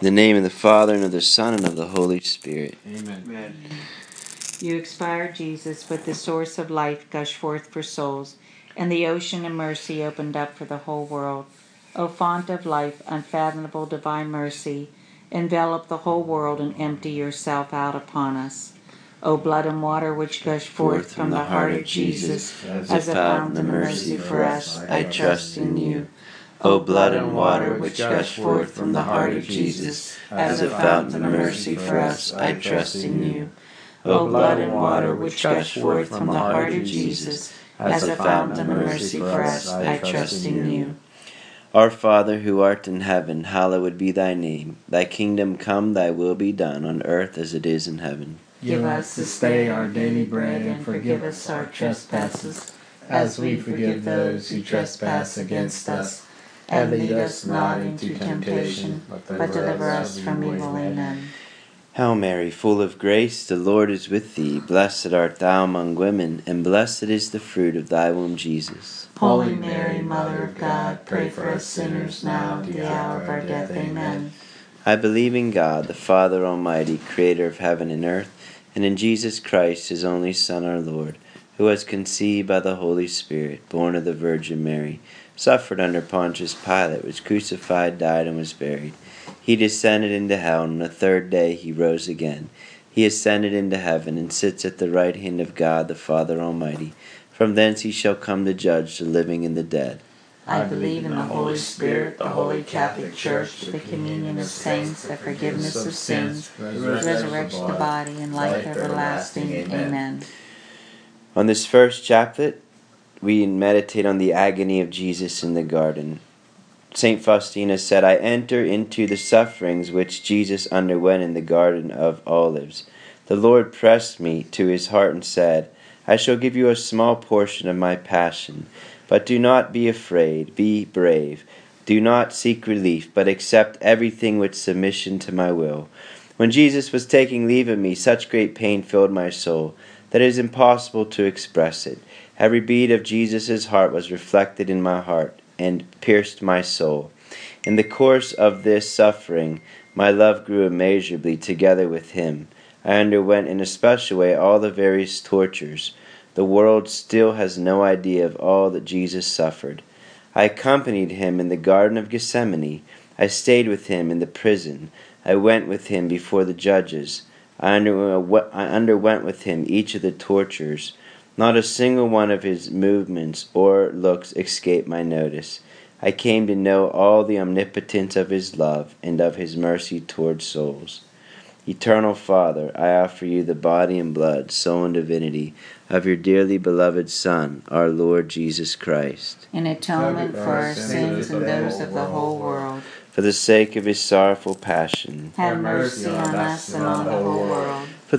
the name of the Father, and of the Son, and of the Holy Spirit. Amen. You expire, Jesus, with the source of life gush forth for souls, and the ocean of mercy opened up for the whole world. O font of life, unfathomable divine mercy, envelop the whole world and empty yourself out upon us. O blood and water which gush forth from the heart of Jesus, as a fountain of mercy for us, I trust in you. O blood and water which gush forth from the heart of Jesus, as a fountain of mercy for us, I trust in you. O blood and water which gush forth from the heart of Jesus, as a fountain of mercy for us, I trust in you. Our Father who art in heaven, hallowed be thy name. Thy kingdom come, thy will be done, on earth as it is in heaven. Give us this day our daily bread and forgive us our trespasses, as we forgive those who trespass against us. And lead us not into temptation, but But deliver us from evil. Amen. Amen. Hail Mary, full of grace, the Lord is with thee. Blessed art thou among women, and blessed is the fruit of thy womb, Jesus. Holy Mary, Mother of God, pray for us sinners now and at the hour of our death. Amen. I believe in God, the Father Almighty, creator of heaven and earth, and in Jesus Christ, his only Son, our Lord, who was conceived by the Holy Spirit, born of the Virgin Mary, suffered under Pontius Pilate, was crucified, died, and was buried. He descended into hell, and on the third day he rose again. He ascended into heaven, and sits at the right hand of God, the Father Almighty. From thence he shall come to judge the living and the dead. I believe in the Holy Spirit, the Holy Catholic Church, the communion of saints, the forgiveness of sins, the the resurrection of the body, and life everlasting. Amen. On this first chaplet, we meditate on the agony of Jesus in the garden. St. Faustina said, I enter into the sufferings which Jesus underwent in the Garden of Olives. The Lord pressed me to his heart and said, I shall give you a small portion of my passion, but do not be afraid, be brave. Do not seek relief, but accept everything with submission to my will. When Jesus was taking leave of me, such great pain filled my soul that it is impossible to express it. Every beat of Jesus' heart was reflected in my heart and pierced my soul. In the course of this suffering, my love grew immeasurably together with him. I underwent in a special way all the various tortures. The world still has no idea of all that Jesus suffered. I accompanied him in the Garden of Gethsemane. I stayed with him in the prison. I went with him before the judges. I underwent, I underwent with him each of the tortures. Not a single one of his movements or looks escaped my notice. I came to know all the omnipotence of his love and of his mercy toward souls. Eternal Father, I offer you the body and blood, soul and divinity of your dearly beloved Son, our Lord Jesus Christ, In atonement for our sins and those of the whole world, for the sake of his sorrowful passion, have mercy on us and on the whole world. for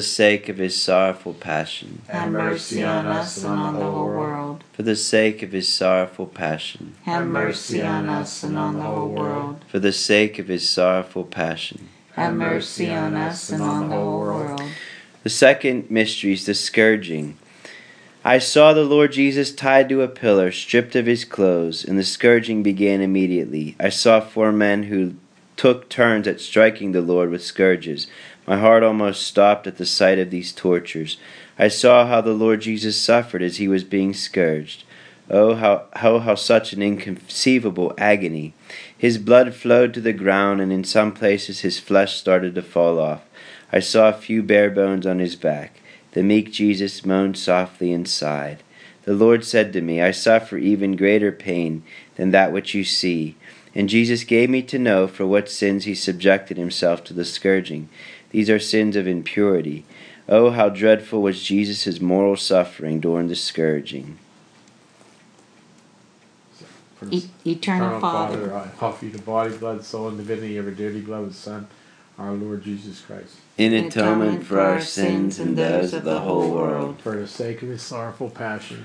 sake of his sorrowful passion, Have mercy on us and on the whole world. for the sake of his sorrowful passion, Have mercy on us and on the whole world. for the sake of his sorrowful passion. Have mercy on us and on the whole world. The second mystery is the scourging. I saw the Lord Jesus tied to a pillar, stripped of his clothes, and the scourging began immediately. I saw four men who took turns at striking the Lord with scourges. My heart almost stopped at the sight of these tortures. I saw how the Lord Jesus suffered as he was being scourged. Oh, how, how, how such an inconceivable agony! His blood flowed to the ground, and in some places his flesh started to fall off. I saw a few bare bones on his back. The meek Jesus moaned softly and sighed. The Lord said to me, I suffer even greater pain than that which you see. And Jesus gave me to know for what sins he subjected himself to the scourging. These are sins of impurity. Oh, how dreadful was Jesus' moral suffering during the scourging. E- Eternal Father, E-, I offer you the body, blood, soul, and divinity of your dearly beloved Son, our Lord Jesus Christ, in in atonement for our sins and those of the whole world. for the sake of his sorrowful passion,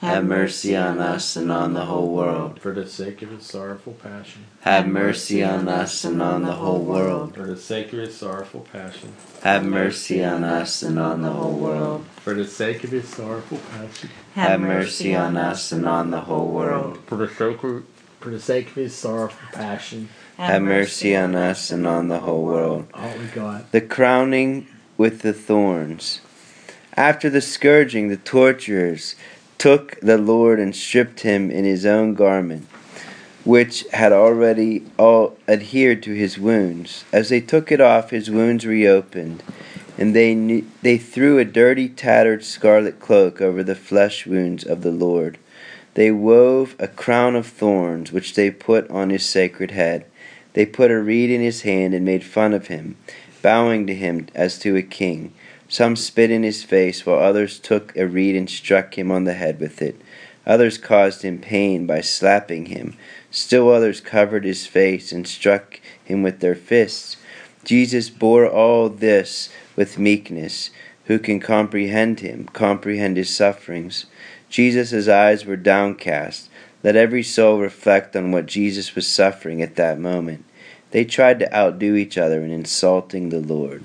Have mercy on us and on the whole world. for the sake of his sorrowful passion, Have mercy on us and on the whole world. for the sake of his sorrowful passion, Have mercy on us and on the whole world. for the sake of his sorrowful passion, Have mercy on us and on the whole world. for the sake of, for the sake of his sorrowful passion, Have mercy on us and on the whole world. all we got. The crowning with the thorns. After the scourging, the torturers took the Lord and stripped him in his own garment, which had already all adhered to his wounds. As they took it off, his wounds reopened, and they, knew, they threw a dirty, tattered scarlet cloak over the flesh wounds of the Lord. They wove a crown of thorns, which they put on his sacred head. They put a reed in his hand and made fun of him, bowing to him as to a king. Some spit in his face, while others took a reed and struck him on the head with it. Others caused him pain by slapping him. Still others covered his face and struck him with their fists. Jesus bore all this with meekness. Who can comprehend him, comprehend his sufferings? Jesus' eyes were downcast. Let every soul reflect on what Jesus was suffering at that moment. They tried to outdo each other in insulting the Lord.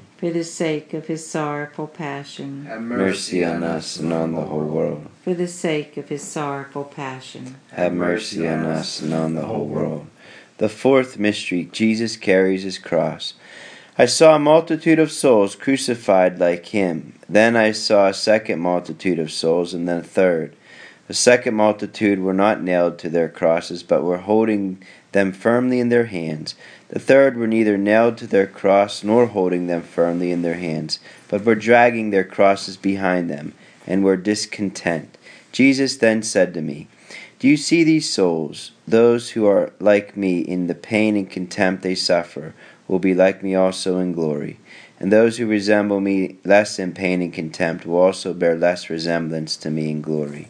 for the sake of his sorrowful passion. Have Mercy on us and on the whole world. for the sake of his sorrowful passion. Have mercy on us and on the whole world. The fourth mystery Jesus carries his cross. I saw a multitude of souls crucified like him. Then I saw a second multitude of souls, and then a third. The second multitude were not nailed to their crosses, but were holding them firmly in their hands. The third were neither nailed to their cross nor holding them firmly in their hands, but were dragging their crosses behind them, and were discontent. Jesus then said to me, do you see these souls? Those who are like me in the pain and contempt they suffer will be like me also in glory. And those who resemble me less in pain and contempt will also bear less resemblance to me in glory.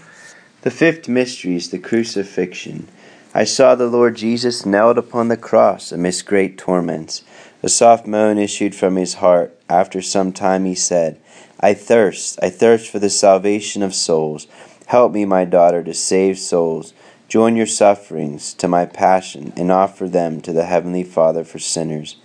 The fifth mystery is the crucifixion. I saw the Lord Jesus nailed upon the cross amidst great torments. A soft moan issued from his heart. After some time he said, I thirst, I thirst for the salvation of souls. Help me, my daughter, to save souls. Join your sufferings to my passion and offer them to the Heavenly Father for sinners.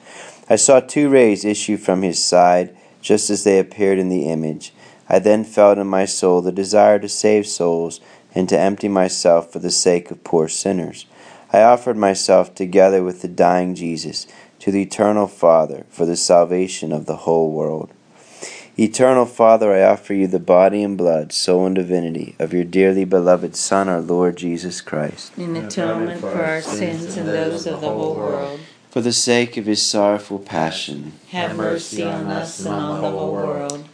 I saw two rays issue from his side, just as they appeared in the image. I then felt in my soul the desire to save souls and to empty myself for the sake of poor sinners. I offered myself together with the dying Jesus to the eternal Father for the salvation of the whole world. Eternal Father, I offer you the body and blood, soul and divinity of your dearly beloved Son, our Lord Jesus Christ, in atonement for our sins and those of the whole world. for the sake of his sorrowful passion, Have mercy on us and on the whole world.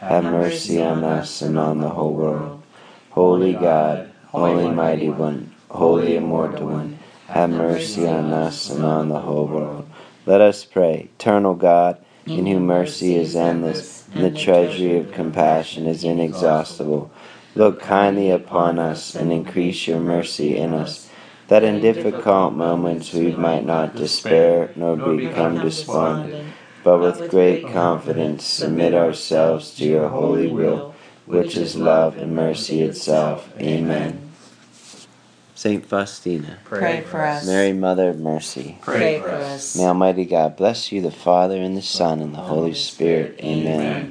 have mercy on us and on the whole world. Holy God, Holy Mighty One, Holy Immortal One, have mercy on us and on the whole world. Let us pray, eternal God, in whom mercy is endless and the treasury of compassion is inexhaustible. Look kindly upon us and increase your mercy in us, that in difficult moments we might not despair nor become despondent, but with great confidence submit ourselves to your holy will, which is love and mercy itself. Amen. Saint Faustina, Pray for us. Mary, Mother of Mercy, Pray for us. may Almighty God bless you, the Father, and the Son, and the Holy Spirit. Amen. Amen.